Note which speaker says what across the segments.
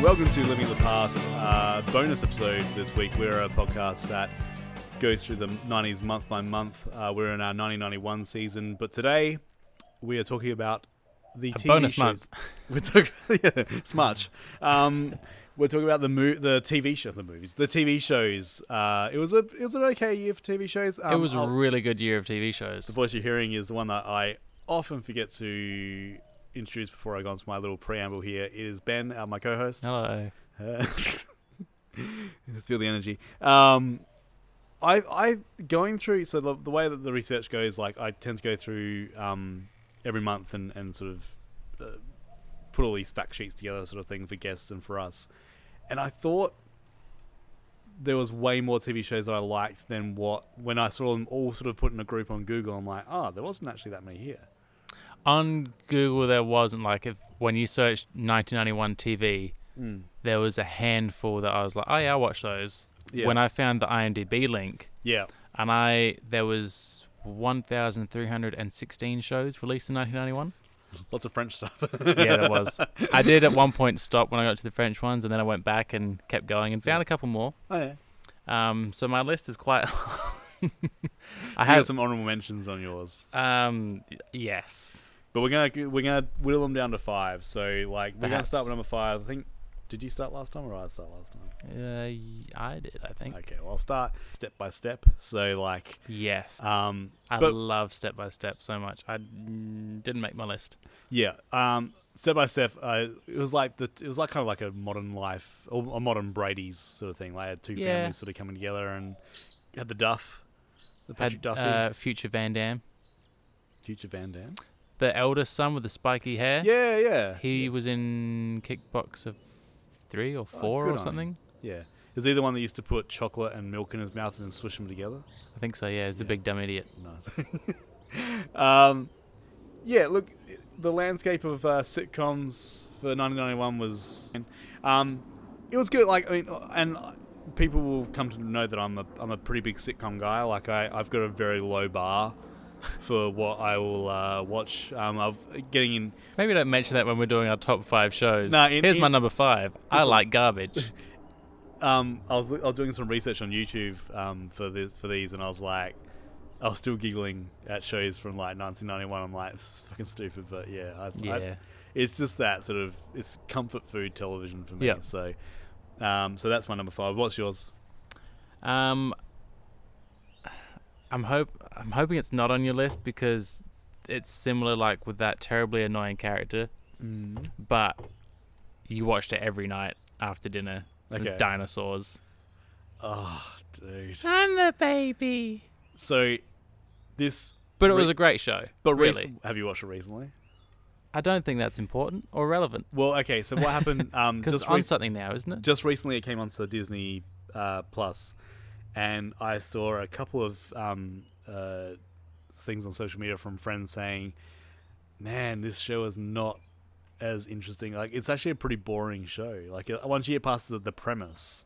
Speaker 1: welcome to Living the Past uh, bonus episode this week. We're a podcast that goes through the 90s month by month. Uh, we're in our 1991 season, but today we are talking about the TV
Speaker 2: bonus
Speaker 1: shows.
Speaker 2: month.
Speaker 1: We're talking yeah, smudge. Um, we're talking about the mo- the TV show, the movies, the TV shows. Uh, it was a it was an okay year for TV shows. Um,
Speaker 2: it was a
Speaker 1: I'll-
Speaker 2: really good year of TV shows.
Speaker 1: the voice you're hearing is the one that I often forget to introduce before I go into my little preamble here. It is Ben, uh, my co-host.
Speaker 2: Hello.
Speaker 1: Uh, feel the energy. Um, I I going through so the, the way that the research goes, like I tend to go through um, every month and and sort of uh, put all these fact sheets together, sort of thing for guests and for us. And I thought there was way more TV shows that I liked than what when I saw them all sort of put in a group on Google. I'm like, oh, there wasn't actually that many here.
Speaker 2: On Google, there wasn't like if when you searched 1991 TV,
Speaker 1: Hmm.
Speaker 2: there was a handful that I was like, oh yeah, I watch those.
Speaker 1: Yeah.
Speaker 2: When I found the IMDb link,
Speaker 1: Yeah,
Speaker 2: and I there was 1,316 shows released in 1991.
Speaker 1: lots of French stuff.
Speaker 2: yeah, there was. I did at one point stop when I got to the French ones, and then I went back and kept going and found a couple more.
Speaker 1: oh, yeah.
Speaker 2: Um, so my list is quite. I
Speaker 1: I had
Speaker 2: have
Speaker 1: some honorable mentions on yours.
Speaker 2: um y- yes.
Speaker 1: But we're gonna we're gonna whittle them down to five. So like we're gonna start
Speaker 2: Perhaps.
Speaker 1: with number five. I think. Did you start last time or I start last time?
Speaker 2: Uh, y- I did, I think.
Speaker 1: Okay, well I'll start step by step. So like,
Speaker 2: Yes.
Speaker 1: um,
Speaker 2: I
Speaker 1: but
Speaker 2: love Step by Step so much. I mm, didn't make my list.
Speaker 1: yeah, um, step by step. Uh, it was like the it was like kind of like a modern life or a modern Brady's sort of thing. Like had two
Speaker 2: Yeah.
Speaker 1: families sort of coming together and had the Duff, the Patrick
Speaker 2: Had
Speaker 1: Duffy,
Speaker 2: uh, Future Van Dam,
Speaker 1: future Van Dam.
Speaker 2: the eldest son with the spiky hair.
Speaker 1: Yeah, yeah, Oh,
Speaker 2: He was in Kickboxer three or four
Speaker 1: good on
Speaker 2: or
Speaker 1: him.
Speaker 2: something.
Speaker 1: yeah. Is he the one that used to put chocolate and milk in his mouth and then swish them together?
Speaker 2: I think so. Yeah, he's the big dumb idiot.
Speaker 1: Nice. um, yeah, look, the landscape of uh, sitcoms for 1991 was, um, it was good. Like, I mean, and people will come to know that I'm a I'm a pretty big sitcom guy. Like, I I've got a very low bar for what I will uh, watch. Um, I've getting in.
Speaker 2: Maybe don't mention that when we're doing our top five shows.
Speaker 1: No, in-
Speaker 2: Here's my
Speaker 1: in-
Speaker 2: number five. I
Speaker 1: It's-
Speaker 2: like garbage.
Speaker 1: Um, I was I was doing some research on YouTube um, for this for these, and I was like. I was still giggling at shows from like 1991. I'm like, this is fucking stupid, but yeah, I, I,
Speaker 2: yeah.
Speaker 1: it's just that sort of it's comfort food television for me.
Speaker 2: Yeah.
Speaker 1: So, um, so that's my number five. What's yours?
Speaker 2: Um, I'm hope I'm hoping it's not on your list because it's similar, like with that terribly annoying character.
Speaker 1: Mm-hmm.
Speaker 2: Mm. But you watched it every night after dinner. with
Speaker 1: Okay.
Speaker 2: dinosaurs.
Speaker 1: Oh, dude.
Speaker 2: I'm the baby.
Speaker 1: So, this.
Speaker 2: But it
Speaker 1: Re-
Speaker 2: was a great show.
Speaker 1: But
Speaker 2: really,
Speaker 1: recent- have you watched it recently?
Speaker 2: I don't think that's important or relevant
Speaker 1: Well, okay. So what happened? Um,
Speaker 2: because it's
Speaker 1: just
Speaker 2: on
Speaker 1: rec-
Speaker 2: something now, isn't it?
Speaker 1: just recently it came onto Disney uh, Plus, and I saw a couple of um, uh, things on social media from friends saying, "Man, this show is not as interesting. Like, it's actually a pretty boring show. Like, uh, once you get past the, the premise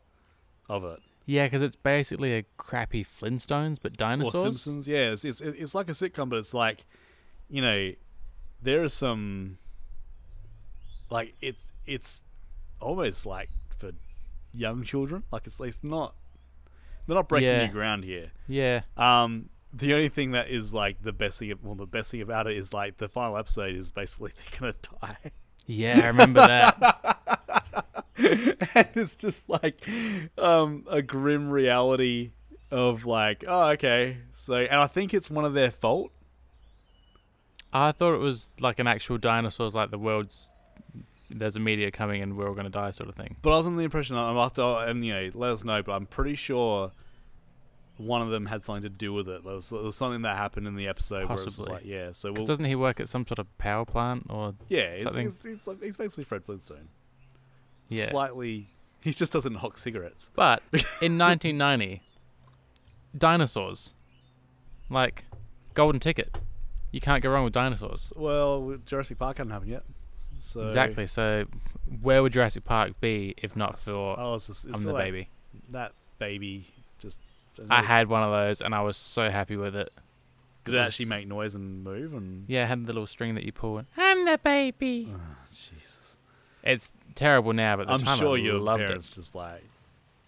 Speaker 1: of it,
Speaker 2: Yeah, because it's basically a crappy Flintstones but
Speaker 1: or
Speaker 2: dinosaurs.
Speaker 1: Simpsons, yeah, it's, it's it's like a sitcom, but it's like, you know, there is some, like it's it's almost like for young children. Like it's it's not they're not breaking
Speaker 2: Yeah.
Speaker 1: new ground here.
Speaker 2: Yeah,
Speaker 1: Um, the only thing that is like the best thing, well, the best thing about it is like the final episode is basically they're gonna die.
Speaker 2: yeah, I remember that.
Speaker 1: and it's just like um, a grim reality of like, oh, okay. So, and I think it's one of their fault.
Speaker 2: I thought it was like an actual dinosaurs, like the world's there's a meteor coming and we're all gonna die, sort of thing.
Speaker 1: But I was under the impression I'm after, and you know, let us know. But I'm pretty sure one of them had something to do with it. There was, there was something that happened in the episode where it's
Speaker 2: Possibly.
Speaker 1: like, yeah. So
Speaker 2: 'Cause
Speaker 1: we'll,
Speaker 2: doesn't he work at some sort of power plant or?
Speaker 1: yeah, it's,
Speaker 2: something-
Speaker 1: it's, it's, like, it's basically Fred Flintstone.
Speaker 2: Yeah.
Speaker 1: Slightly, he just doesn't hock cigarettes.
Speaker 2: But in 1990, dinosaurs, like golden ticket, you can't go wrong with dinosaurs.
Speaker 1: Well, Jurassic Park hadn't happened yet. So
Speaker 2: Exactly. So, where would Jurassic Park be if not for
Speaker 1: I was just, it's
Speaker 2: I'm the
Speaker 1: still that-
Speaker 2: baby?
Speaker 1: That baby just.
Speaker 2: I had one of those and I was so happy with it.
Speaker 1: Did it actually make noise and move and
Speaker 2: Yeah, I had the little string that you pull. And, I'm the baby.
Speaker 1: Jesus.
Speaker 2: It's terrible now, but at the
Speaker 1: I'm
Speaker 2: time
Speaker 1: sure
Speaker 2: I
Speaker 1: your
Speaker 2: loved
Speaker 1: parents
Speaker 2: it.
Speaker 1: just like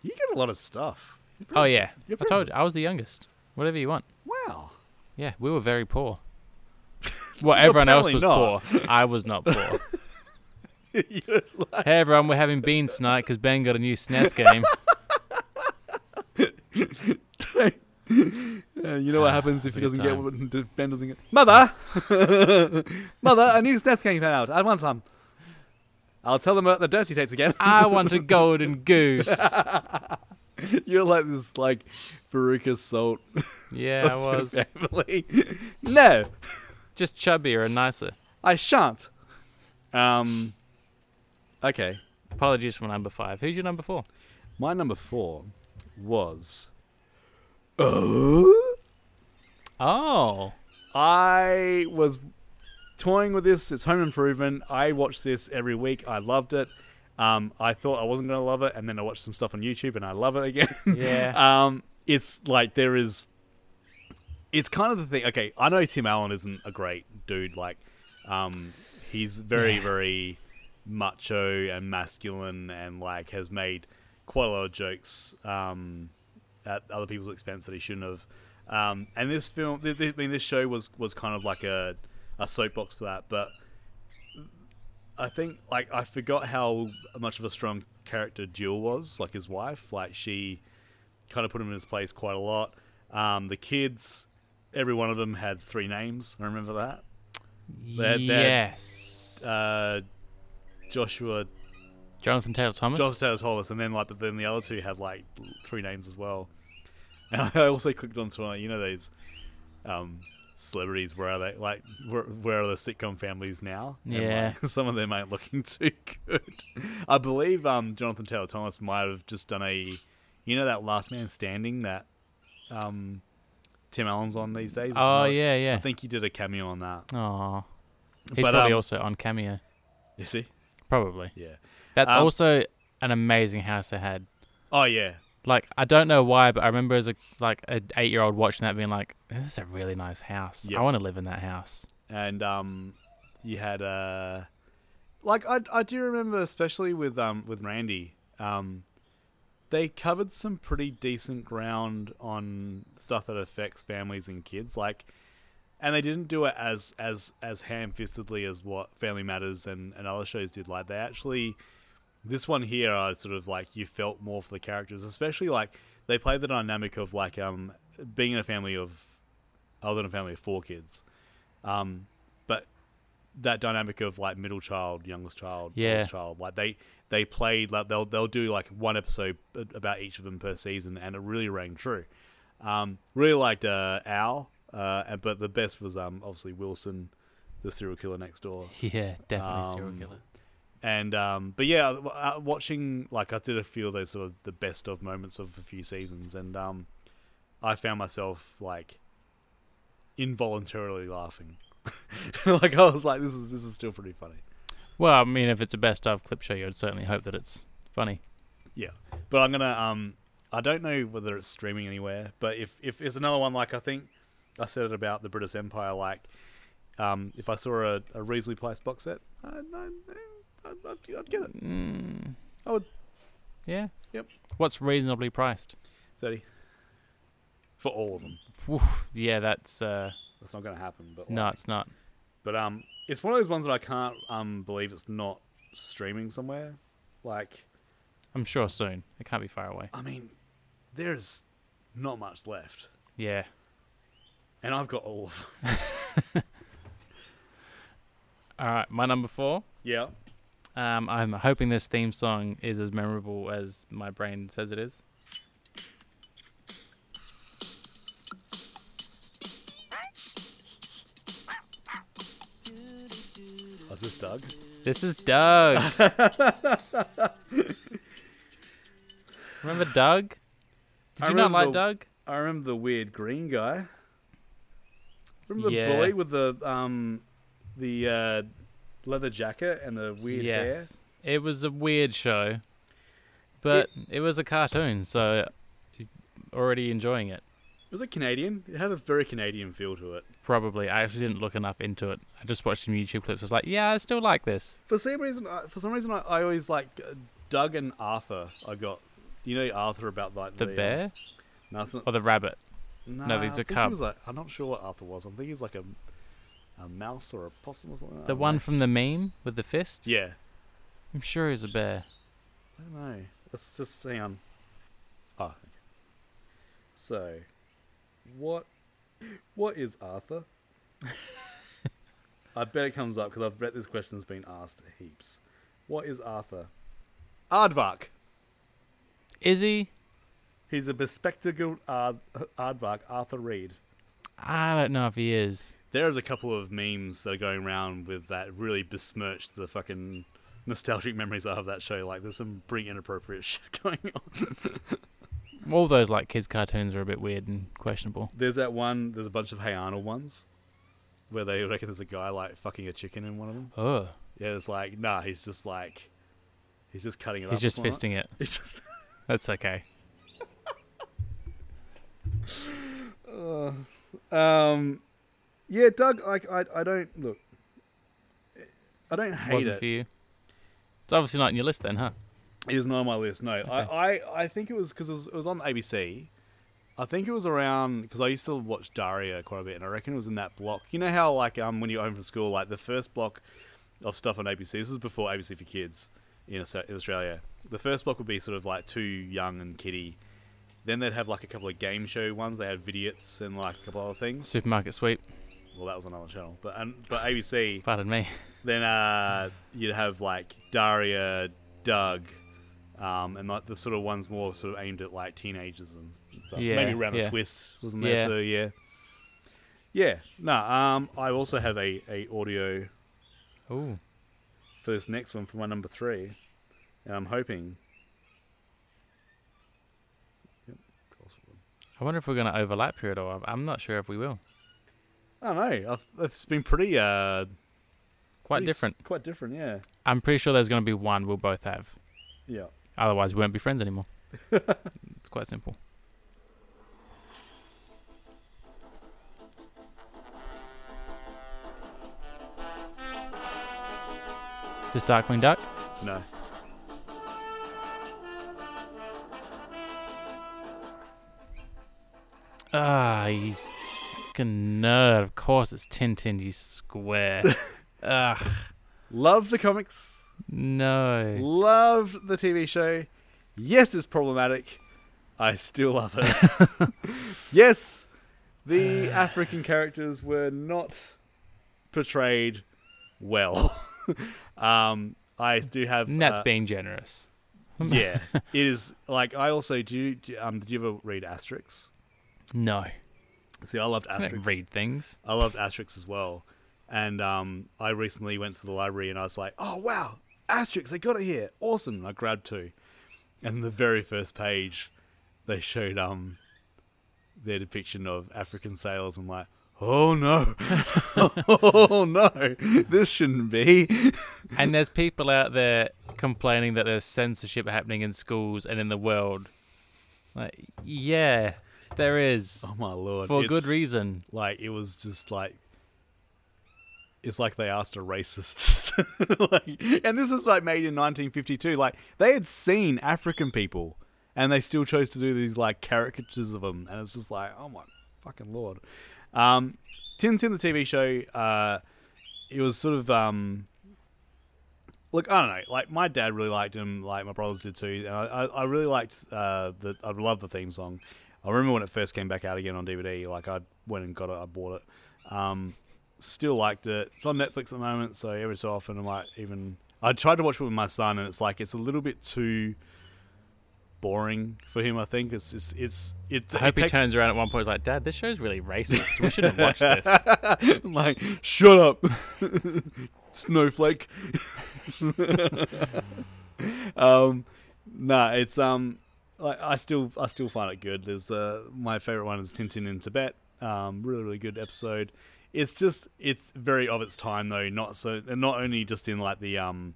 Speaker 1: you get a lot of stuff. Your
Speaker 2: Oh
Speaker 1: parents-
Speaker 2: yeah,
Speaker 1: your
Speaker 2: I told
Speaker 1: parents-
Speaker 2: you I was the youngest. Whatever you want.
Speaker 1: Wow.
Speaker 2: Yeah, we were very poor. Well, everyone else
Speaker 1: apparently
Speaker 2: was
Speaker 1: not.
Speaker 2: poor. I was not poor.
Speaker 1: You're like,
Speaker 2: hey everyone, we're having beans tonight because Ben got a new SNES game.
Speaker 1: uh, you know what
Speaker 2: Ah,
Speaker 1: happens if
Speaker 2: that's
Speaker 1: he
Speaker 2: a good
Speaker 1: doesn't get
Speaker 2: time.
Speaker 1: what if Ben doesn't get. Mother, mother, a new SNES game came out. I want some. I'll tell them about the dirty tapes again.
Speaker 2: I want a golden goose.
Speaker 1: You're like this, like Veruca Salt
Speaker 2: Yeah, I was
Speaker 1: family. no,
Speaker 2: just chubbier and nicer.
Speaker 1: I shan't. Um. Okay,
Speaker 2: Apologies for number five. Who's your number four?
Speaker 1: my number four was. Oh.
Speaker 2: Oh,
Speaker 1: I was toying with this. It's Home Improvement. I watched this every week. I loved it. Um, I thought I wasn't going to love it, and then I watched some stuff on YouTube, and I love it again.
Speaker 2: yeah.
Speaker 1: um, it's like there is. It's kind of the thing. Okay, I know Tim Allen isn't a great dude. Like, um, he's very, very macho and masculine, and like has made quite a lot of jokes um, at other people's expense that he shouldn't have. Um, and this film, th- th- I mean, this show was was kind of like a a soapbox for that. But I think like I forgot how much of a strong character Jill was, like his wife. Like she kind of put him in his place quite a lot. Um, the kids, every one of them had three names. I remember that. they're-
Speaker 2: yes.
Speaker 1: Uh, Joshua,
Speaker 2: Jonathan Taylor Thomas.
Speaker 1: Joshua Taylor Thomas, and then like, but then the other two had like three names as well. And I also clicked on something like, you know these um, celebrities. Where are they? Like, where, where are the sitcom families now? And,
Speaker 2: Yeah.
Speaker 1: like, some of them ain't looking too good. I believe um, Jonathan Taylor Thomas might have just done a, you know, that Last Man Standing that um, Tim Allen's on these days. It's
Speaker 2: oh
Speaker 1: another-
Speaker 2: yeah, yeah.
Speaker 1: I think he did a cameo on that.
Speaker 2: Oh, he's
Speaker 1: But,
Speaker 2: probably
Speaker 1: um,
Speaker 2: also on Cameo.
Speaker 1: You see?
Speaker 2: Probably.
Speaker 1: Yeah.
Speaker 2: That's
Speaker 1: um,
Speaker 2: also an amazing house they had.
Speaker 1: Oh yeah.
Speaker 2: Like I don't know why, but I remember as a like an eight year old watching that, being like, "This is a really nice house.
Speaker 1: Yeah.
Speaker 2: I want to live in that house."
Speaker 1: and um, you had uh, like I I do remember especially with um with Randy um, they covered some pretty decent ground on stuff that affects families and kids like, and they didn't do it as as as ham fistedly as what Family Matters and and other shows did. Like they actually. This one here, I sort of like you felt more for the characters, especially like they played the dynamic of like um being in a family of, I was in a family of four kids, um, but that dynamic of like middle child, youngest child,
Speaker 2: Yeah.
Speaker 1: oldest child, like they they played like they'll they'll do like one episode a- about each of them per season, and it really rang true. Um, really liked uh, Al, uh, and- but the best was um obviously Wilson, the serial killer next door
Speaker 2: Yeah, definitely serial
Speaker 1: Um,
Speaker 2: killer.
Speaker 1: and um, but yeah, w- uh, watching like I did a few of those sort of the best of moments of a few seasons, and um, I found myself like involuntarily laughing. like I was like, this is this is still pretty funny.
Speaker 2: Well, I mean, if it's a best of clip show, you'd certainly hope that it's funny.
Speaker 1: Yeah, but I'm gonna um, I don't know whether it's streaming anywhere, but if if it's another one, like I think I said it about the British Empire, like um, if I saw a, a reasonably priced box set, I'd, I'd, I'd, I'd, I'd get it.
Speaker 2: Mm,
Speaker 1: I would
Speaker 2: yeah.
Speaker 1: Yep.
Speaker 2: What's reasonably priced?
Speaker 1: thirty for all of them.
Speaker 2: Woof, yeah, that's uh,
Speaker 1: That's not going to happen. But
Speaker 2: no,
Speaker 1: like-
Speaker 2: it's not.
Speaker 1: but um, it's one of those ones that I can't um believe it's not streaming somewhere. Like,
Speaker 2: I'm sure soon. It can't be far away.
Speaker 1: I mean, there's not much left,
Speaker 2: Yeah.
Speaker 1: and I've got all of them.
Speaker 2: All right, my number four.
Speaker 1: yeah.
Speaker 2: Um, I'm hoping this theme song is as memorable as my brain says it is.
Speaker 1: Oh, is this Doug?
Speaker 2: This is Doug. Remember Doug? Did
Speaker 1: I
Speaker 2: you not
Speaker 1: remember
Speaker 2: like
Speaker 1: the-
Speaker 2: Doug?
Speaker 1: I remember the weird green guy. Remember the
Speaker 2: Yeah.
Speaker 1: bully with the um, the uh, leather jacket and the weird hair.
Speaker 2: Yes. It was a weird show, but it, was a cartoon, so already enjoying it.
Speaker 1: Was it Canadian? It had a very Canadian feel to it.
Speaker 2: Probably. I actually didn't look enough into it. I just watched some YouTube clips. I was like, yeah, I still like this.
Speaker 1: For some reason, I- for some reason, I, I always like uh, Doug and Arthur. I got you know Arthur about like
Speaker 2: The
Speaker 1: uh,
Speaker 2: bear Oh,
Speaker 1: No, it's not-
Speaker 2: or the rabbit?
Speaker 1: nah,
Speaker 2: these
Speaker 1: I
Speaker 2: are
Speaker 1: think he
Speaker 2: cub.
Speaker 1: was like- I'm not sure what Arthur was. I'm thinking he's like a a mouse or a possum or something. I
Speaker 2: The
Speaker 1: don't
Speaker 2: one
Speaker 1: know.
Speaker 2: from the meme with the fist?
Speaker 1: Oh, Yeah,
Speaker 2: I'm sure he's a bear.
Speaker 1: I don't know. Let's just hang on. Oh, okay. so what? What is Arthur? I bet it comes up because I've bet this question's been asked heaps. What is Arthur? Aardvark.
Speaker 2: Is he?
Speaker 1: He's a bespectacled Ard- Aardvark, Arthur Reed.
Speaker 2: I don't know if he is.
Speaker 1: There's a couple of memes that are going around with that really besmirched the fucking nostalgic memories I have of that show. Like, there's some pretty inappropriate shit going on.
Speaker 2: All those like kids cartoons are a bit weird and questionable.
Speaker 1: There's that one, there's a bunch of Hey Arnold ones where they reckon there's a guy like fucking a chicken in one of them.
Speaker 2: Oh,
Speaker 1: Yeah, it's like, nah, he's just like, he's just cutting it up.
Speaker 2: he's
Speaker 1: or
Speaker 2: just
Speaker 1: something like that.
Speaker 2: fisting it.
Speaker 1: He's just-
Speaker 2: That's okay.
Speaker 1: um, yeah, Doug, like, I, I don't, look, I don't hate
Speaker 2: Wasn't
Speaker 1: it.
Speaker 2: for you. It's obviously not in your list then, huh?
Speaker 1: It is not on my list. No, I, I, I think it was because it was, it was on ABC. I think it was around because I used to watch Daria quite a bit, and I reckon it was in that block. You know how like um when you're home from school, like the first block of stuff on ABC. This is before ABC for kids in Aus- in Australia. The first block would be sort of like Too Young and Kitty. Then they'd have like a couple of game show ones. They had Vidiots and like a couple other things.
Speaker 2: Supermarket sweep.
Speaker 1: Well, that was another channel, but um, but ABC
Speaker 2: Pardon me.
Speaker 1: then uh, you'd have like Daria, Doug, um, and like the sort of ones more sort of aimed at like teenagers and stuff.
Speaker 2: Yeah,
Speaker 1: Maybe around the
Speaker 2: yeah.
Speaker 1: Swiss wasn't there
Speaker 2: Yeah.
Speaker 1: too? Yeah. Yeah. No. Um, I also have a, a audio
Speaker 2: Oh,
Speaker 1: for this next one for my number three, and I'm hoping. Yep, crossword.
Speaker 2: I wonder if we're going to overlap here at all. I'm- I'm not sure if we will.
Speaker 1: I don't know. I've, it's been pretty uh,
Speaker 2: Quite
Speaker 1: pretty s-
Speaker 2: different.
Speaker 1: Quite different. Yeah.
Speaker 2: I'm pretty sure there's going to be one we'll both have.
Speaker 1: Yeah.
Speaker 2: Otherwise, we won't be friends anymore. it's quite simple. Is this Darkwing Duck?
Speaker 1: No.
Speaker 2: Ah, you fucking nerd. Of course it's Tintin, you square. Ugh,
Speaker 1: Love the comics.
Speaker 2: no.
Speaker 1: Loved the TV show. Yes, it's problematic. I still love it. yes, the African characters were not portrayed well. um, I do have.
Speaker 2: And that's
Speaker 1: uh,
Speaker 2: being generous.
Speaker 1: yeah, it is like I also do. you- do you- um, did you ever read Asterix?
Speaker 2: No.
Speaker 1: See, I loved
Speaker 2: I don't
Speaker 1: Asterix.
Speaker 2: read things.
Speaker 1: I loved Asterix as well. And um, I recently went to the library and I was like, oh, wow, Asterix, they got it here. Awesome. And I grabbed two. And the very first page, they showed um, their depiction of African sailors. I'm like, oh no. oh no. This shouldn't be.
Speaker 2: and there's people out there complaining that there's censorship happening in schools and in the world. Like, yeah, there is
Speaker 1: Oh my lord.
Speaker 2: for good
Speaker 1: It's-
Speaker 2: reason.
Speaker 1: Like, it was just like. It's like they asked a racist, like, and this is like made in 1952. Like they had seen African people, and they still chose to do these like caricatures of them, and it's just like, oh my fucking lord. Um, Tintin, the TV show, uh, it was sort of um, look, I don't know. Like my dad really liked him, like my brothers did too, and I, I, I really liked uh, the. I love the theme song. I remember when it first came back out again on DVD. Like I went and got it, I bought it. Um, still liked it. It's on Netflix at the moment, so every so often I might even. I tried to watch it with my son, and it's like it's a little bit too boring for him. I think it's it's it's it's.
Speaker 2: I hope
Speaker 1: it
Speaker 2: he
Speaker 1: takes-
Speaker 2: turns around at one point. He's like, Dad, this show's really racist. We shouldn't watch this.
Speaker 1: I'm like, shut up, snowflake. um, nah, it's um, like I still I still find it good. There's uh, my favorite one is Tintin in Tibet. Um, really really good episode. It's just it's very of its time though. Not so and not only just in like the um,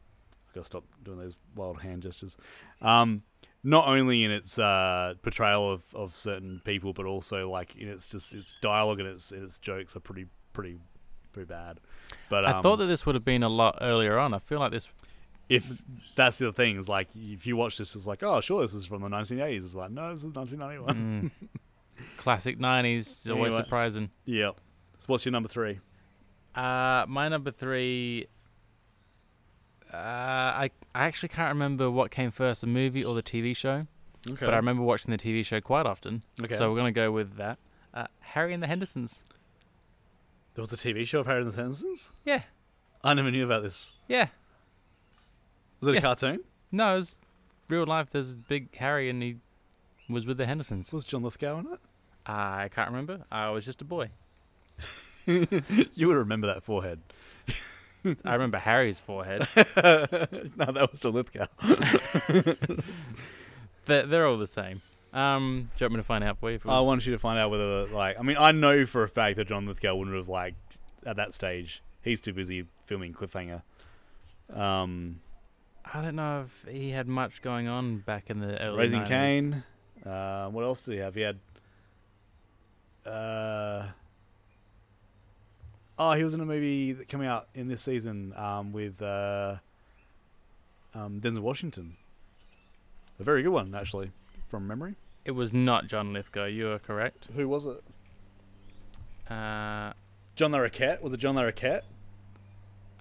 Speaker 1: I gotta stop doing those wild hand gestures. Um, not only in its uh, portrayal of, of certain people, but also like in its just its dialogue and its and its jokes are pretty pretty pretty bad. But um,
Speaker 2: I thought that this would have been a lot earlier on. I feel like this.
Speaker 1: if that's the thing is like if you watch this, it's like oh sure this is from the 1980s. It's like no this is 1991.
Speaker 2: Mm, classic nineties is always
Speaker 1: Anyway.
Speaker 2: surprising.
Speaker 1: Yeah. So what's your number three?
Speaker 2: Uh, my number three. Uh, I I actually can't remember what came first, the movie or the TV show,
Speaker 1: Okay.
Speaker 2: but I remember watching the TV show quite often.
Speaker 1: Okay.
Speaker 2: So we're gonna go with that. Uh, Harry and the Hendersons.
Speaker 1: there was a TV show of Harry and the Hendersons.
Speaker 2: Yeah,
Speaker 1: I never knew about this.
Speaker 2: yeah.
Speaker 1: Was it
Speaker 2: Yeah.
Speaker 1: a cartoon?
Speaker 2: No, it was real life. There's a big Harry, and he was with the Hendersons.
Speaker 1: Was John Lithgow in
Speaker 2: I can't remember. I was just a boy.
Speaker 1: it? you would remember that forehead.
Speaker 2: I remember Harry's forehead.
Speaker 1: no, that was John Lithgow.
Speaker 2: They're, they're all the same. Um, do you want me to find out for you? if it
Speaker 1: I
Speaker 2: was-
Speaker 1: wanted you to find out whether, like, I mean, I know for a fact that John Lithgow wouldn't have like at that stage. He's too busy filming Cliffhanger. Um,
Speaker 2: I don't know if he had much going on back in the early
Speaker 1: Raising
Speaker 2: 90s.
Speaker 1: Cain. Uh, what else did he have? He had. Uh, oh, he was in a movie that coming out in this season um, with uh, um, Denzel Washington. A very good one, actually, from memory.
Speaker 2: It was not John Lithgow. You are correct.
Speaker 1: Who was it?
Speaker 2: Uh, I-
Speaker 1: John Larroquette. Was it John Larroquette?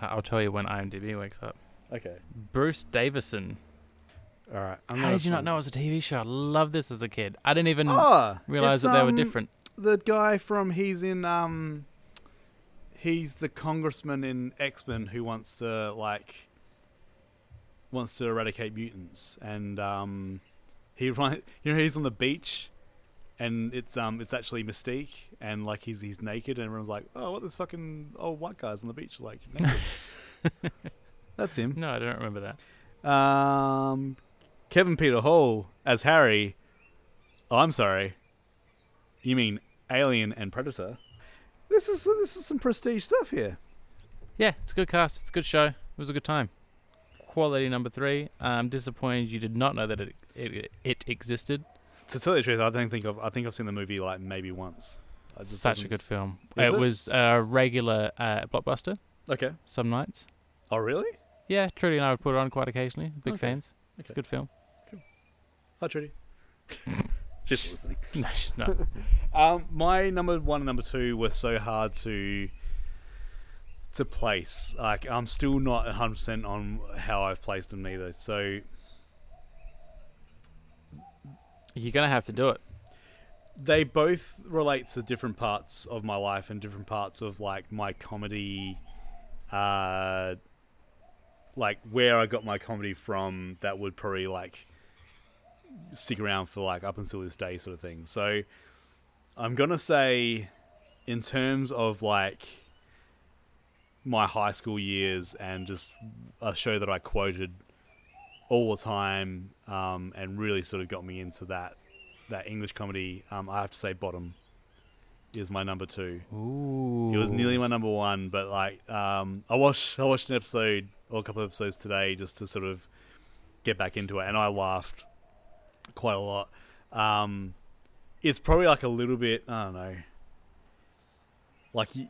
Speaker 2: I'll tell you when IMDb wakes up.
Speaker 1: Okay.
Speaker 2: Bruce Davison.
Speaker 1: All right. I'm
Speaker 2: How
Speaker 1: gonna
Speaker 2: did you not
Speaker 1: find-
Speaker 2: know it was a TV show? I love this as a kid. I didn't even
Speaker 1: Ah,
Speaker 2: realize
Speaker 1: it's,
Speaker 2: that they were
Speaker 1: um,
Speaker 2: different.
Speaker 1: The guy from he's in um, he's the congressman in X Men who wants to like wants to eradicate mutants, and um, he run- you know he's on the beach, and it's um it's actually Mystique, and like he's he's naked, and everyone's like, oh, what this fucking old white guy's on the beach like. naked." That's him.
Speaker 2: No, I don't remember that.
Speaker 1: Um, Kevin Peter Hall as Harry. Oh, I'm sorry. You mean Alien and Predator? This is this is some prestige stuff here.
Speaker 2: Yeah, it's a good cast. It's a good show. It was a good time. Quality number three. I'm disappointed you did not know that it it, it existed.
Speaker 1: To tell you the truth, I don't think I've I think I've seen the movie like maybe once. I just
Speaker 2: Such a
Speaker 1: wasn't-
Speaker 2: good film.
Speaker 1: Is
Speaker 2: it,
Speaker 1: it?
Speaker 2: was a regular uh, blockbuster
Speaker 1: Okay.
Speaker 2: some nights.
Speaker 1: Oh really?
Speaker 2: Yeah, Trudy and I would put it on quite occasionally. Big
Speaker 1: Okay.
Speaker 2: fans. It's a
Speaker 1: Okay.
Speaker 2: good film.
Speaker 1: Hi Trudy. just listening.
Speaker 2: No, she's not.
Speaker 1: Um, my number one and number two were so hard to to place. Like I'm still not 100 percent on how I've placed them neither. So
Speaker 2: You're gonna have to do it.
Speaker 1: they both relate to different parts of my life and different parts of like my comedy uh like where I got my comedy from that would probably like stick around for like up until this day sort of thing. So I'm going to say in terms of like my high school years and just a show that I quoted all the time um, and really sort of got me into that that English comedy, um, I have to say Bottom is my number two.
Speaker 2: Ooh.
Speaker 1: It was nearly my number one, but like um, I watched I watched an episode or a couple of episodes today just to sort of get back into it, and I laughed quite a lot. Um, it's probably like a little bit I don't know, like you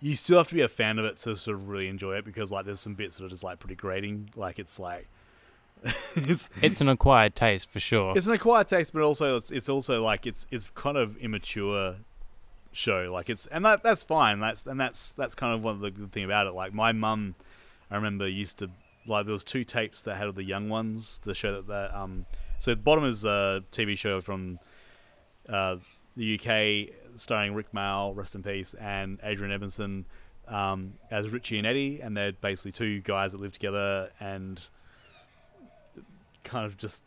Speaker 1: you still have to be a fan of it to sort of really enjoy it because like there's some bits that are just like pretty grating, like it's like it's
Speaker 2: It's an acquired taste for sure.
Speaker 1: it's an acquired taste, but also it's, it's also like it's it's kind of immature show. Like it's and that that's fine. That's and that's that's kind of one of the good thing about it. Like my mum, I remember used to like there was two tapes that had of the young ones. The show that that um so the bottom is a TV show from uh, the UK starring Rick Mail, rest in peace, and Adrian Ebenson um, as Richie and Eddie, and they're basically two guys that live together and kind of just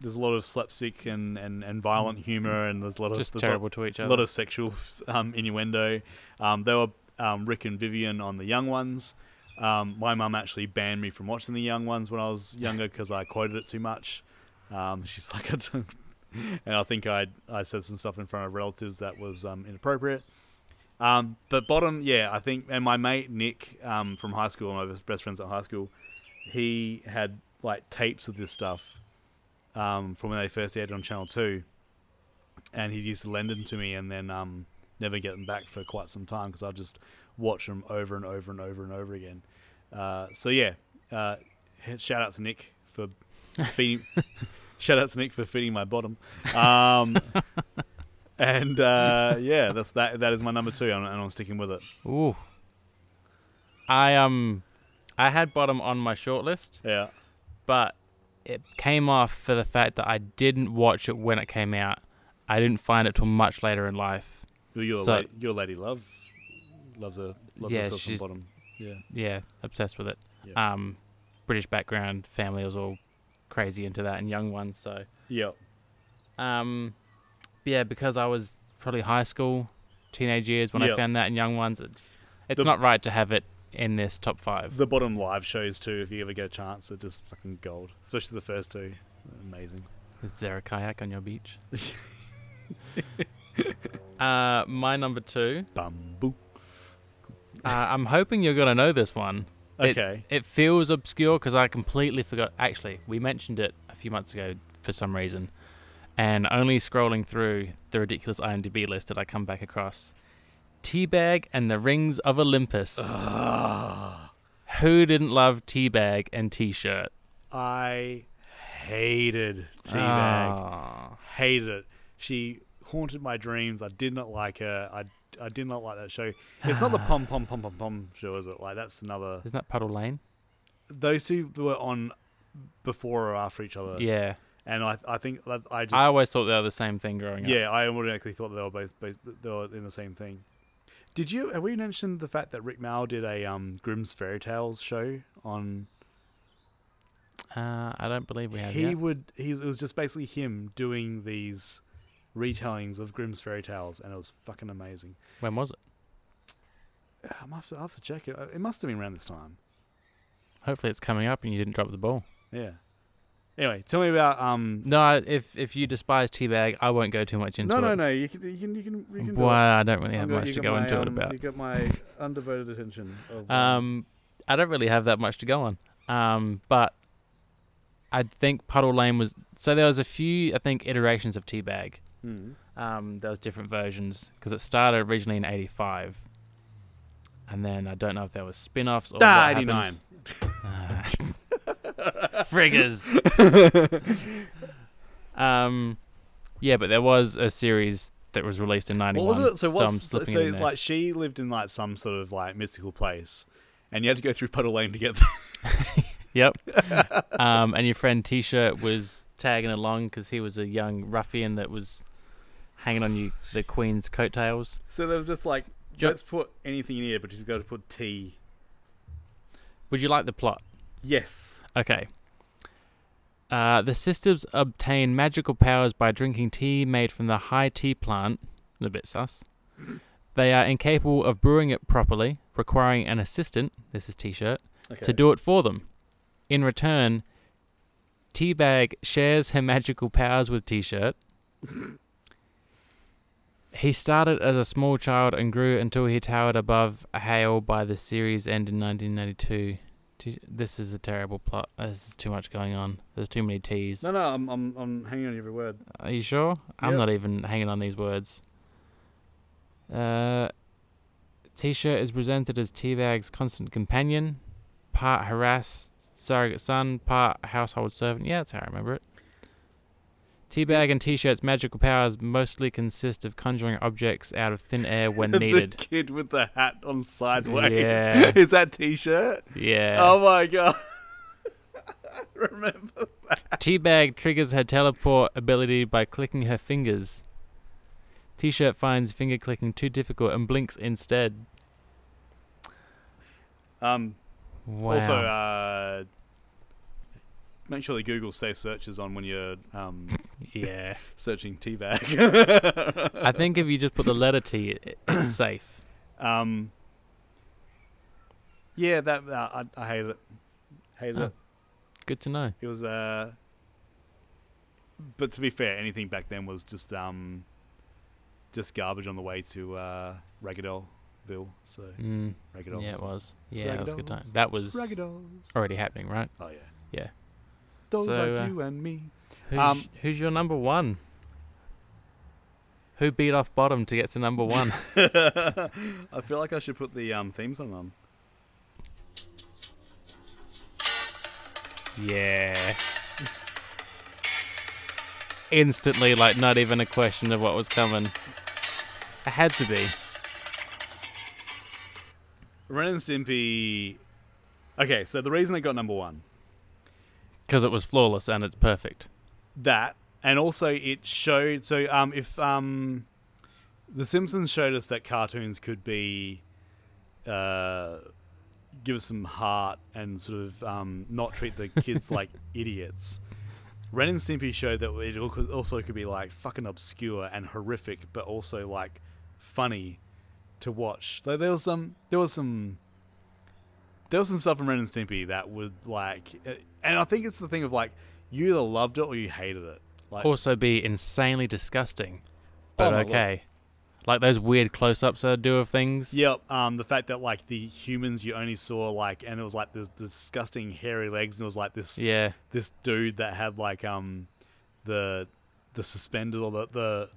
Speaker 1: there's a lot of slapstick and, and, and violent humor and there's a lot of
Speaker 2: Mm. Just
Speaker 1: there's a lot-
Speaker 2: terrible to each
Speaker 1: a
Speaker 2: other.
Speaker 1: lot of sexual um, innuendo. Um, they were um, Rick and Vivian on the Young Ones. Um, my mum actually banned me from watching the Young Ones when I was younger because I quoted it too much. Um, she's like, I don't. And I think I I said some stuff in front of relatives that was um, inappropriate. Um, but bottom, yeah, I think. And my mate Nick um, from high school, my best friends at high school, he had like tapes of this stuff um, from when they first aired on Channel Two, and he used to lend them to me, and then um, never get them back for quite some time because I just watch them over and over and over and over again. Uh, so yeah, uh, he- shout out to Nick for feeding. shout out to Nick for feeding my bottom. Um, and uh, yeah, that's that. That is my number two, and and I'm sticking with it.
Speaker 2: Ooh. I um, I had Bottom on my shortlist,
Speaker 1: Yeah.
Speaker 2: but it came off for the fact that I didn't watch it when it came out. I didn't find it till much later in life.
Speaker 1: Well, Your
Speaker 2: So-
Speaker 1: la- your lady love loves a loves
Speaker 2: Yeah,
Speaker 1: herself some
Speaker 2: she's-
Speaker 1: bottom. Yeah.
Speaker 2: Yeah, obsessed with it.
Speaker 1: Yeah.
Speaker 2: Um, British background, family was all crazy into that, and young ones. So,
Speaker 1: Yeah.
Speaker 2: um, but yeah, because I was probably high school, teenage years when
Speaker 1: Yeah.
Speaker 2: I found that in young ones, it's it's
Speaker 1: The-
Speaker 2: not right to have it in this top five.
Speaker 1: The bottom live shows too. If you ever get a chance, they're just fucking gold. Especially the first two. Amazing.
Speaker 2: Is there a kayak on your beach? uh, my number two.
Speaker 1: Bamboo.
Speaker 2: Uh, I'm hoping you're gonna know this one. It-
Speaker 1: Okay.
Speaker 2: It feels obscure because I completely forgot. Actually, we mentioned it a few months ago for some reason, and only scrolling through the ridiculous IMDb list did I come back across Teabag and the Rings of Olympus.
Speaker 1: Ah,
Speaker 2: Who didn't love Teabag and T-shirt?
Speaker 1: I hated Teabag.
Speaker 2: Ah.
Speaker 1: Hated it. She haunted my dreams. I did not like her. I I did not like that show. It's not the pom pom pom pom pom show, is it? Like that's another.
Speaker 2: Isn't that Puddle Lane?
Speaker 1: Those two were on before or after each other.
Speaker 2: yeah,
Speaker 1: And I I think that I Uh, just
Speaker 2: I always thought they were the same thing growing up.
Speaker 1: Yeah, I automatically thought they were both, both they were in the same thing. Did you have we mentioned the fact that Rick Mao did a um, Grimm's Fairy Tales show on?
Speaker 2: Uh, I don't believe we have.
Speaker 1: he
Speaker 2: yet.
Speaker 1: would he's it was just basically him doing these retellings of Grimm's Fairy Tales, and it was fucking amazing.
Speaker 2: When was it?
Speaker 1: I will have to, I have to check it. It must have been around this time.
Speaker 2: Hopefully, it's coming up and you didn't drop the ball.
Speaker 1: Yeah. Anyway, tell me about um.
Speaker 2: No, I- if if you despise teabag, I won't go too much into
Speaker 1: No,
Speaker 2: it.
Speaker 1: no, no. You can you can you can. You can do
Speaker 2: Well,
Speaker 1: it.
Speaker 2: I don't really
Speaker 1: I'm
Speaker 2: have
Speaker 1: gonna-
Speaker 2: much
Speaker 1: you
Speaker 2: to
Speaker 1: got
Speaker 2: go
Speaker 1: my,
Speaker 2: into
Speaker 1: um,
Speaker 2: it about.
Speaker 1: You got my undivided attention. Of,
Speaker 2: Um, I don't really have that much to go on. Um, but I think Puddle Lane was so there was a few I think iterations of teabag.
Speaker 1: mm.
Speaker 2: Um, there was different versions because it started originally in '85, and then I don't know if there was spin-offs or
Speaker 1: Ah,
Speaker 2: what happened.
Speaker 1: Ninety-nine.
Speaker 2: Ah. Friggers. um, yeah, but there was a series that was released in
Speaker 1: What
Speaker 2: '91.
Speaker 1: was it? So
Speaker 2: I'm
Speaker 1: what's so,
Speaker 2: slipping it in
Speaker 1: it's
Speaker 2: there.
Speaker 1: like she lived in like some sort of like mystical place, and you had to go through Puddle Lane to get there.
Speaker 2: Yep. um, and your friend T-shirt was tagging along because he was a young ruffian that was hanging on you the queen's coattails.
Speaker 1: So there was just like,
Speaker 2: Ju-
Speaker 1: let's put anything in here, but you've got to put T.
Speaker 2: Would you like the plot?
Speaker 1: Yes.
Speaker 2: Okay. Uh, the sisters obtain magical powers by drinking tea made from the high tea plant. A bit sus. They are incapable of brewing it properly, requiring an assistant. This is T-shirt.
Speaker 1: Okay.
Speaker 2: to do it for them. In return, Teabag shares her magical powers with T shirt. he started as a small child and grew until he towered above Hale by the series end in 1992. T- This is a terrible plot. This is too much going on. There's too many T's.
Speaker 1: No, no, I'm, I'm, I'm hanging on every word.
Speaker 2: Are you sure? I'm
Speaker 1: Yep.
Speaker 2: not even hanging on these words. Uh, T-shirt is presented as Teabag's constant companion, part harassed surrogate son, part household servant. Yeah, that's how I remember it. Teabag and T-shirt's magical powers mostly consist of conjuring objects out of thin air when
Speaker 1: the
Speaker 2: needed.
Speaker 1: kid with the hat on sideways.
Speaker 2: Yeah.
Speaker 1: Is that T-shirt?
Speaker 2: Yeah.
Speaker 1: Oh my god. I Remember?
Speaker 2: Teabag triggers her teleport ability by clicking her fingers. T-shirt finds finger clicking too difficult and blinks instead.
Speaker 1: Um.
Speaker 2: Wow.
Speaker 1: Also, uh, make sure they Google safe searches on when you're um
Speaker 2: yeah.
Speaker 1: searching teabag.
Speaker 2: I think if you just put the letter T, it, it's safe.
Speaker 1: Um. Yeah, that uh, I, I hated it. Hated
Speaker 2: Oh.
Speaker 1: it.
Speaker 2: Good to know.
Speaker 1: It was uh. But to be fair, anything back then was just um. Just garbage on the way to uh, Raggadolville. So
Speaker 2: Mm,
Speaker 1: Raggadolls.
Speaker 2: yeah, it was. Yeah, that was a good time.
Speaker 1: Raggadolls.
Speaker 2: That was
Speaker 1: Raggadolls.
Speaker 2: already happening, right?
Speaker 1: Oh yeah.
Speaker 2: Yeah.
Speaker 1: Those
Speaker 2: So,
Speaker 1: like
Speaker 2: uh,
Speaker 1: you and me.
Speaker 2: Who's,
Speaker 1: Um,
Speaker 2: who's your number one? Who beat off bottom to get to number one?
Speaker 1: I feel like I should put the um, theme song on.
Speaker 2: yeah. Instantly, like, not even a question of what was coming. It had to be.
Speaker 1: Ren and Stimpy. Okay, so the reason it got number one
Speaker 2: Because it was flawless and it's perfect.
Speaker 1: that, and also it showed. So um, if um, the Simpsons showed us that cartoons could be, uh, give us some heart and sort of um, not treat the kids like idiots. Ren and Stimpy showed that it al- could- also could be like fucking obscure and horrific, but also like funny to watch. Like there was some, there was some, there was some stuff in Ren and Stimpy that would like, uh, and I think it's the thing of like you either loved it or you hated it. Like
Speaker 2: Also, be insanely disgusting,
Speaker 1: Oh
Speaker 2: but
Speaker 1: my lord.
Speaker 2: okay. Like those weird close ups I do of things.
Speaker 1: Yep. Um, the fact that like the humans you only saw like, and it was like this disgusting hairy legs, and it was like this
Speaker 2: Yeah.
Speaker 1: this dude that had like um the the suspenders or the the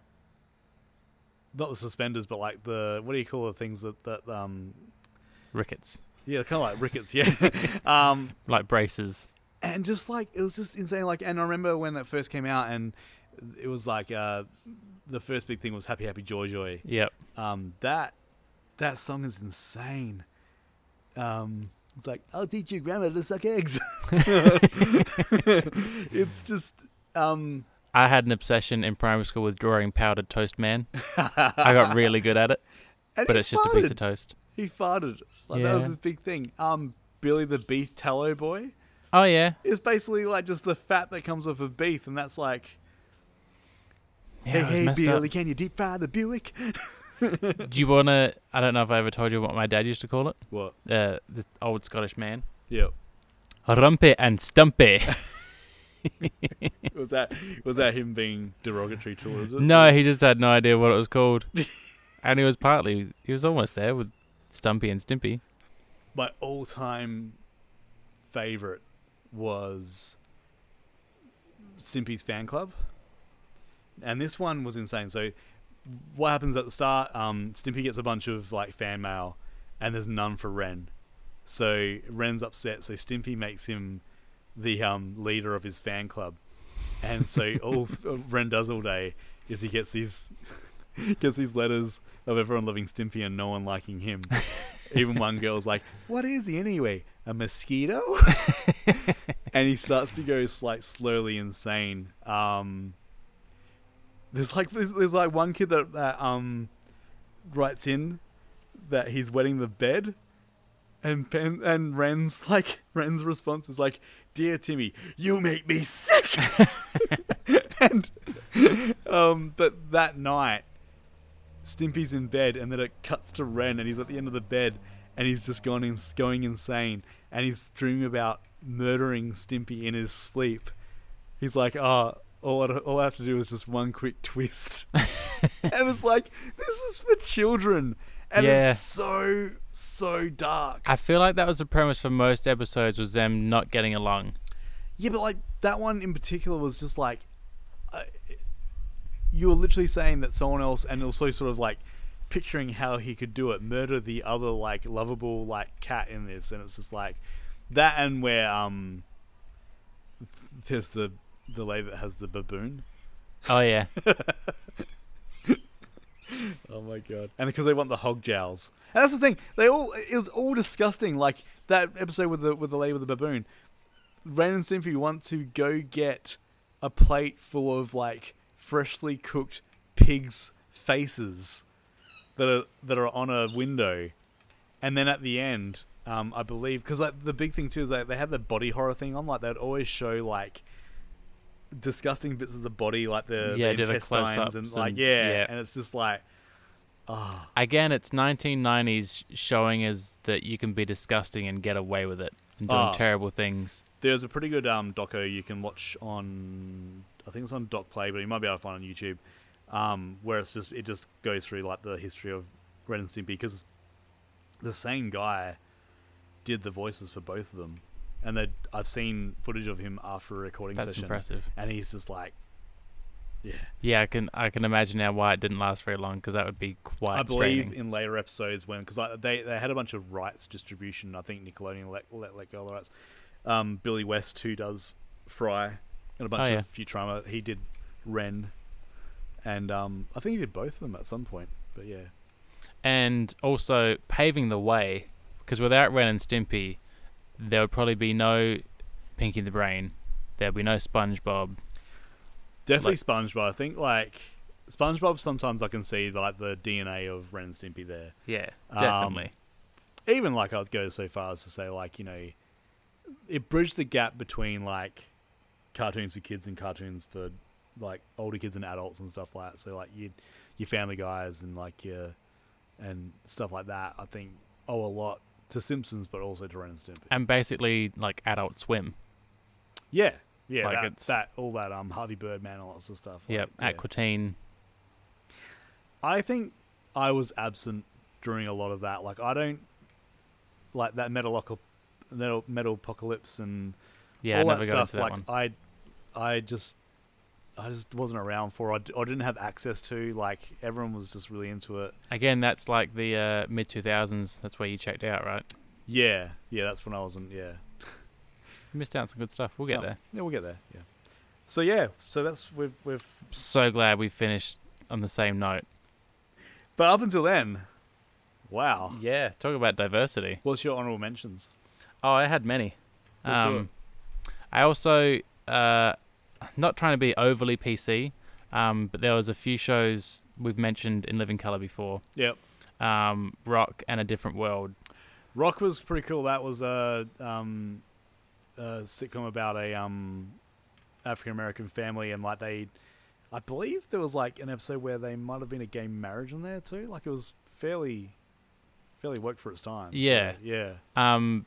Speaker 1: not the suspenders, but like the what do you call the things that that um
Speaker 2: Rickets.
Speaker 1: yeah, kind of like rickets, yeah. um,
Speaker 2: Like braces.
Speaker 1: and just like it was just insane like and i remember when it first came out and it was like uh the first big thing was happy happy joy joy
Speaker 2: Yep.
Speaker 1: um that that song is insane um it's like i'll teach you grammar to suck eggs it's just um
Speaker 2: I had an obsession in primary school with drawing powdered toast man. I got really good at it,
Speaker 1: and
Speaker 2: but
Speaker 1: he
Speaker 2: it's just a piece
Speaker 1: farted.
Speaker 2: of toast.
Speaker 1: he farted like that was
Speaker 2: Yeah.
Speaker 1: his big thing um billy the beef tallow boy
Speaker 2: Oh yeah,
Speaker 1: is basically like just the fat that comes off of beef and that's like
Speaker 2: yeah it was
Speaker 1: hey hey
Speaker 2: messed
Speaker 1: billy can you deep fry the buick
Speaker 2: up. Do you wanna? I don't know if I ever told you what my dad used to call it.
Speaker 1: what
Speaker 2: Uh, the old Scottish man,
Speaker 1: yeah
Speaker 2: rumpy and stumpy.
Speaker 1: was that was that him being derogatory towards it?
Speaker 2: no, he just had no idea what it was called, and he was partly, he was almost there with Stumpy and Stimpy.
Speaker 1: my all time favorite was Stimpy's fan club, and this one was insane. So, what happens at the start? Um, Stimpy gets a bunch of like fan mail, and there's none for Ren. So Ren's upset. So Stimpy makes him the um, leader of his fan club, and so all Ren does all day is he gets these gets these letters of everyone loving Stimpy and no one liking him. Even one girl's like, "What is he anyway? A mosquito?" and he starts to go like slowly insane. Um, there's like there's, there's like one kid that, that um writes in that he's wetting the bed, and Pen, and Ren's like Ren's response is like, "Dear Timmy, you make me sick." and um, but that night, Stimpy's in bed, and then it cuts to Ren, and he's at the end of the bed, and he's just gone in, going insane, and he's dreaming about murdering Stimpy in his sleep. He's like, "Ah, all I, all I have to do is just one quick twist," and it's like, "This is for children," and
Speaker 2: Yeah.
Speaker 1: it's so so dark.
Speaker 2: I feel like that was the premise for most episodes was them not getting along.
Speaker 1: Yeah, but like that one in particular was just like uh, you were literally saying that someone else, and also sort of like picturing how he could do it, murder the other like lovable like cat in this, and it's just like that, and where um there's the the lady that has the baboon.
Speaker 2: Oh yeah,
Speaker 1: Oh my god! And because they want the hog jowls, and that's the thing. They all it was all disgusting. Like that episode with the with the lady with the baboon. Ren and Stimpy want to go get a plate full of like freshly cooked pigs' faces that are that are on a window, and then at the end, um, I believe because like the big thing too is that they had the body horror thing on. Like they'd always show like disgusting bits of the body, like the,
Speaker 2: Yeah,
Speaker 1: the
Speaker 2: do the
Speaker 1: intestines
Speaker 2: close-ups
Speaker 1: and like
Speaker 2: and-
Speaker 1: yeah,
Speaker 2: yeah.
Speaker 1: and it's just like.
Speaker 2: again, it's 1990s showing us that you can be disgusting and get away with it and doing
Speaker 1: Oh.
Speaker 2: terrible things.
Speaker 1: There's a pretty good um, doco you can watch on, I think it's on Doc Play, but you might be able to find it on YouTube, um, where it's just it just goes through like the history of Ren and Stimpy because the same guy did the voices for both of them. and they I've seen footage of him after a recording
Speaker 2: That's
Speaker 1: session,
Speaker 2: impressive.
Speaker 1: and he's just like, yeah.
Speaker 2: Yeah, I can I can imagine now why it didn't last very long because that would be quite.
Speaker 1: I believe
Speaker 2: straining.
Speaker 1: in later episodes when because they they had a bunch of rights distribution. I think Nickelodeon let let, let go of the rights. Um, Billy West who does Fry and a bunch
Speaker 2: Oh,
Speaker 1: of Futurama. He did Ren, and um, I think he did both of them at some point. But yeah,
Speaker 2: and also paving the way because without Ren and Stimpy, there would probably be no Pinky the Brain. There'd be no SpongeBob.
Speaker 1: definitely
Speaker 2: Like-
Speaker 1: SpongeBob. I think like SpongeBob. Sometimes I can see like the DNA of Ren and Stimpy there.
Speaker 2: Yeah,
Speaker 1: Um,
Speaker 2: definitely.
Speaker 1: even like I would go so far as to say like you know, it bridged the gap between like cartoons for kids and cartoons for like older kids and adults and stuff like that. So like you, your Family Guys and like your and stuff like that. I think owe a lot to Simpsons, but also to Ren and Stimpy.
Speaker 2: and basically like Adult Swim.
Speaker 1: yeah, yeah,
Speaker 2: Like,
Speaker 1: that,
Speaker 2: it's-
Speaker 1: that all that um Harvey Birdman and lots of stuff.
Speaker 2: Yep,
Speaker 1: like, yeah.
Speaker 2: Aquatine.
Speaker 1: I think I was absent during a lot of that. Like I don't like that metal metal metal apocalypse and
Speaker 2: Yeah, I
Speaker 1: all
Speaker 2: never
Speaker 1: that
Speaker 2: got
Speaker 1: stuff.
Speaker 2: into
Speaker 1: like
Speaker 2: that one.
Speaker 1: I, I just, I just wasn't around for. I, d- I didn't have access to. Like everyone was just really into it.
Speaker 2: Again, that's like the uh, mid two thousands. That's where you checked out, right?
Speaker 1: Yeah, yeah. That's when I wasn't. Yeah,
Speaker 2: You missed out on some good stuff. We'll get
Speaker 1: Oh,
Speaker 2: there.
Speaker 1: yeah. We'll get there. Yeah. So yeah, so that's we've we've.
Speaker 2: So glad we finished on the same note.
Speaker 1: But up until then, wow.
Speaker 2: Yeah, talk about diversity.
Speaker 1: What's your honorable mentions?
Speaker 2: Oh, I had many.
Speaker 1: Let's do
Speaker 2: Um, I also uh, not trying to be overly PC, um, but there was a few shows we've mentioned in Living Color before.
Speaker 1: Yep.
Speaker 2: Um, Rock and a Different World.
Speaker 1: Rock was pretty cool. That was a um, a sitcom about a um, African American family, and like they, I believe there was like an episode where they might have been a gay marriage in there too. Like it was fairly, fairly worked for its time. So,
Speaker 2: Yeah.
Speaker 1: yeah,
Speaker 2: um,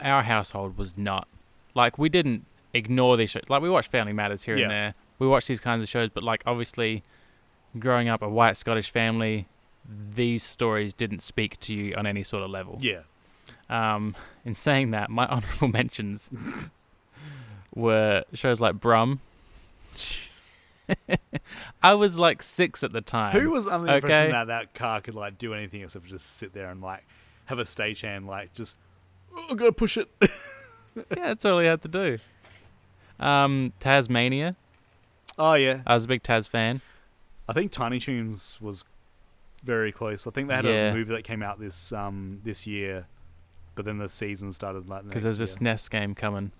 Speaker 2: our household was not like we didn't ignore these shows. Like we watched Family Matters here
Speaker 1: Yeah.
Speaker 2: and there. We watched these kinds of shows, but like obviously, growing up a white Scottish family, these stories didn't speak to you on any sort of level.
Speaker 1: yeah.
Speaker 2: Um, in saying that, my honourable mentions were shows like Brum. I was like six at the time.
Speaker 1: Who was under the impression
Speaker 2: um, okay.
Speaker 1: that that car could like do anything except for just sit there and like have a stagehand like just oh, I'm gonna push it.
Speaker 2: yeah, that's all he had to do. Um, Tasmania.
Speaker 1: oh yeah,
Speaker 2: I was a big Taz fan.
Speaker 1: I think Tiny Toons was very close. I think they had
Speaker 2: Yeah.
Speaker 1: a movie that came out this um this year, but then the season started like
Speaker 2: because
Speaker 1: because
Speaker 2: there's this NES game coming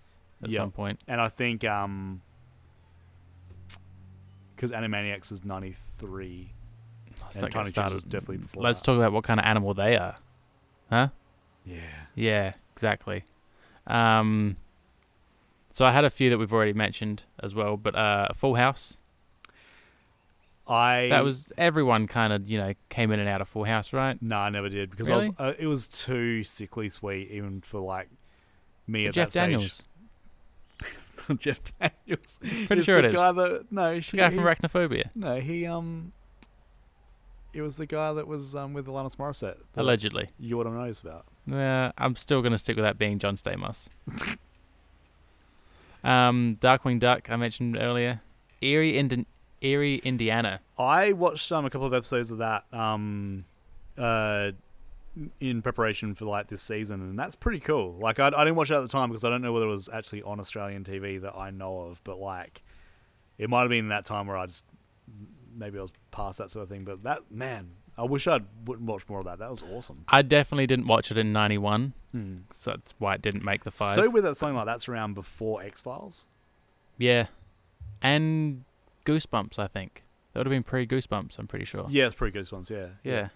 Speaker 2: at
Speaker 1: Yeah.
Speaker 2: some point.
Speaker 1: and I think um because Animaniacs is ninety three
Speaker 2: Let's
Speaker 1: and
Speaker 2: not get
Speaker 1: Tiny Toons
Speaker 2: started.
Speaker 1: was definitely before.
Speaker 2: Let's
Speaker 1: that.
Speaker 2: talk about what kind of animal they are, huh?
Speaker 1: Yeah,
Speaker 2: Yeah, exactly. Um, so I had a few that we've already mentioned as well, but uh, Full House.
Speaker 1: I
Speaker 2: That was everyone kind of you know came in and out of Full House, right?
Speaker 1: no, I never did because
Speaker 2: Really?
Speaker 1: I was uh, it was too sickly sweet even for like me
Speaker 2: But
Speaker 1: at
Speaker 2: Jeff
Speaker 1: that stage.
Speaker 2: Daniels,
Speaker 1: Jeff Daniels.
Speaker 2: pretty
Speaker 1: It's
Speaker 2: sure it
Speaker 1: the
Speaker 2: is.
Speaker 1: Guy that, no,
Speaker 2: the
Speaker 1: she,
Speaker 2: guy from
Speaker 1: he-
Speaker 2: Arachnophobia,
Speaker 1: No, he um. It was the guy that was um with Alanis Morissette. that
Speaker 2: allegedly.
Speaker 1: You ought to know about.
Speaker 2: Uh, I'm still gonna stick with that being John Stamos. um, Darkwing Duck, I mentioned earlier. Erie, Indi- Erie, Indiana.
Speaker 1: I watched um a couple of episodes of that um, uh, in preparation for like this season, and that's pretty cool. Like I, I didn't watch it at the time because I don't know whether it was actually on Australian TV that I know of, but like it might have been that time where I just maybe I was past that sort of thing. But that man, I wish I'd wouldn't watch more of that. That was awesome.
Speaker 2: I definitely didn't watch it in '91, so that's why it didn't make the five.
Speaker 1: So weird that something like that's around before X Files.
Speaker 2: yeah, and Goosebumps, I think that would have been pre Goosebumps. I'm pretty sure.
Speaker 1: Yeah, it's pretty good ones. Yeah,
Speaker 2: Yeah.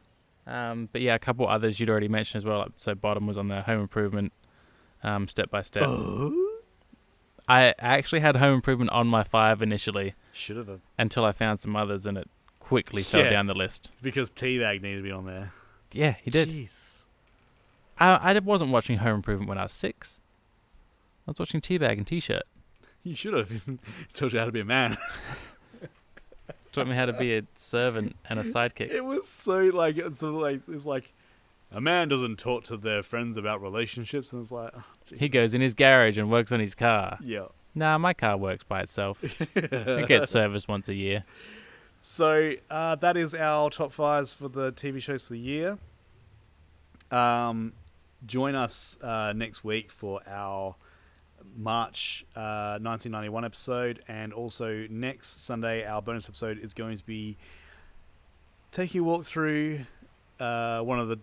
Speaker 2: Um, but yeah, a couple others you'd already mentioned as well. Like, so bottom was on the Home Improvement, um, Step by Step.
Speaker 1: Oh?
Speaker 2: I actually had Home Improvement on my five initially
Speaker 1: Should have
Speaker 2: until I found some others, and it quickly fell
Speaker 1: Yeah.
Speaker 2: down the list.
Speaker 1: because Teabag needed to be on there.
Speaker 2: Yeah, he did.
Speaker 1: Jeez.
Speaker 2: I, I wasn't watching Home Improvement when I was six. I was watching Teabag and T-shirt.
Speaker 1: You should have told you how to be a man.
Speaker 2: Taught me how to be a servant and a sidekick.
Speaker 1: It was so like it's like it's like a man doesn't talk to their friends about relationships, and it's like, oh,
Speaker 2: He
Speaker 1: Jesus.
Speaker 2: goes in his garage and works on his car.
Speaker 1: Yeah.
Speaker 2: Nah, my car works by itself. it gets serviced once a year.
Speaker 1: So uh, that is our top fives for the TV shows for the year. Um, join us uh, next week for our March uh, 1991 episode, and also next Sunday our bonus episode is going to be taking a walk through uh, one of the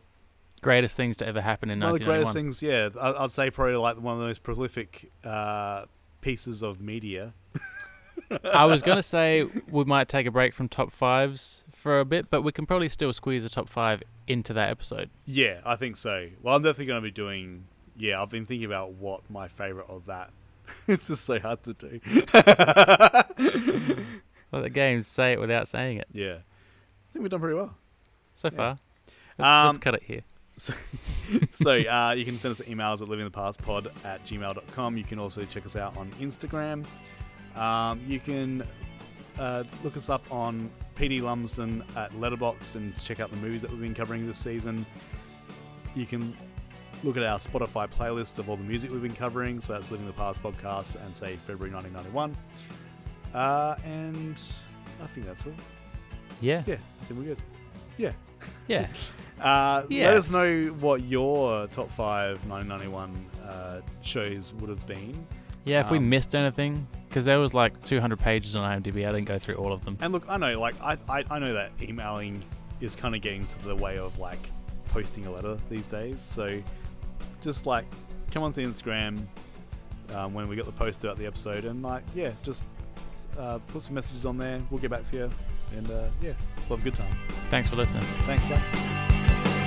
Speaker 2: Greatest things to ever happen in
Speaker 1: one of the greatest
Speaker 2: 1991.
Speaker 1: things. Yeah, I- I'd say probably like one of the most prolific uh, pieces of media.
Speaker 2: I was going to say we might take a break from top fives for a bit, but we can probably still squeeze a top five into that episode.
Speaker 1: Yeah, I think so. Well, I'm definitely going to be doing. Yeah, I've been thinking about what my favorite of that. it's just so hard to do.
Speaker 2: Let the games say it without saying it.
Speaker 1: Yeah, I think we've done pretty well.
Speaker 2: So far, let's,
Speaker 1: Um,
Speaker 2: let's cut it here.
Speaker 1: so uh, you can send us emails at livingthepastpod at gmail.com. You can also check us out on Instagram. Um, you can uh, look us up on PD Lumsden at Letterboxd and check out the movies that we've been covering this season. You can look at our Spotify playlist of all the music we've been covering. So that's Living the Past podcast and say February 1991. Uh, and I think that's all.
Speaker 2: Yeah.
Speaker 1: Yeah, I think we're good. Yeah.
Speaker 2: Yeah.
Speaker 1: Uh, Let us
Speaker 2: Yes.
Speaker 1: know what your top five 1991 uh, shows would have been.
Speaker 2: Yeah, if we
Speaker 1: Um,
Speaker 2: missed anything, because there was like 200 pages on IMDb, I didn't go through all of them.
Speaker 1: And look, I know, like, I, I, I know that emailing is kind of getting to the way of like posting a letter these days. So just like come onto Instagram um, when we got the post about the episode, and like, yeah, just uh, put some messages on there. We'll get back to you, and uh, yeah, we'll have a good time.
Speaker 2: Thanks for listening.
Speaker 1: Thanks, guys.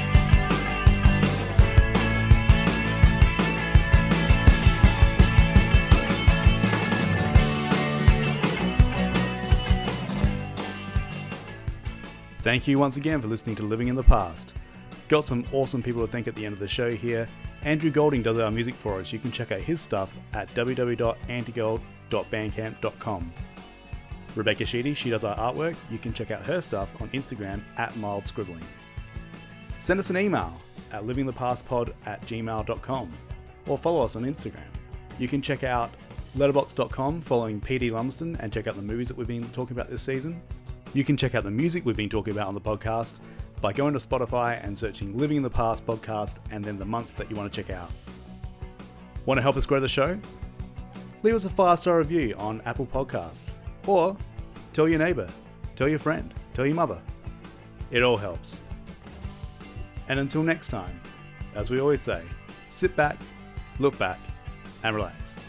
Speaker 1: Thank you once again for listening to Living in the Past. Got some awesome people to thank at the end of the show here. Andrew Golding does our music for us. You can check out his stuff at www.antigold.bandcamp.com. Rebecca Sheedy, she does our artwork. You can check out her stuff on Instagram at mild scribbling. Send us an email at livingthepastpod at gmail.com or follow us on Instagram. You can check out letterbox.com following PD Lumsden and check out the movies that we've been talking about this season. You can check out the music we've been talking about on the podcast by going to Spotify and searching Living in the Past podcast and then the month that you want to check out. Want to help us grow the show? leave us a five star review on Apple Podcasts. Or tell your neighbour, tell your friend, tell your mother. It all helps. And until next time, as we always say, sit back, look back, and relax.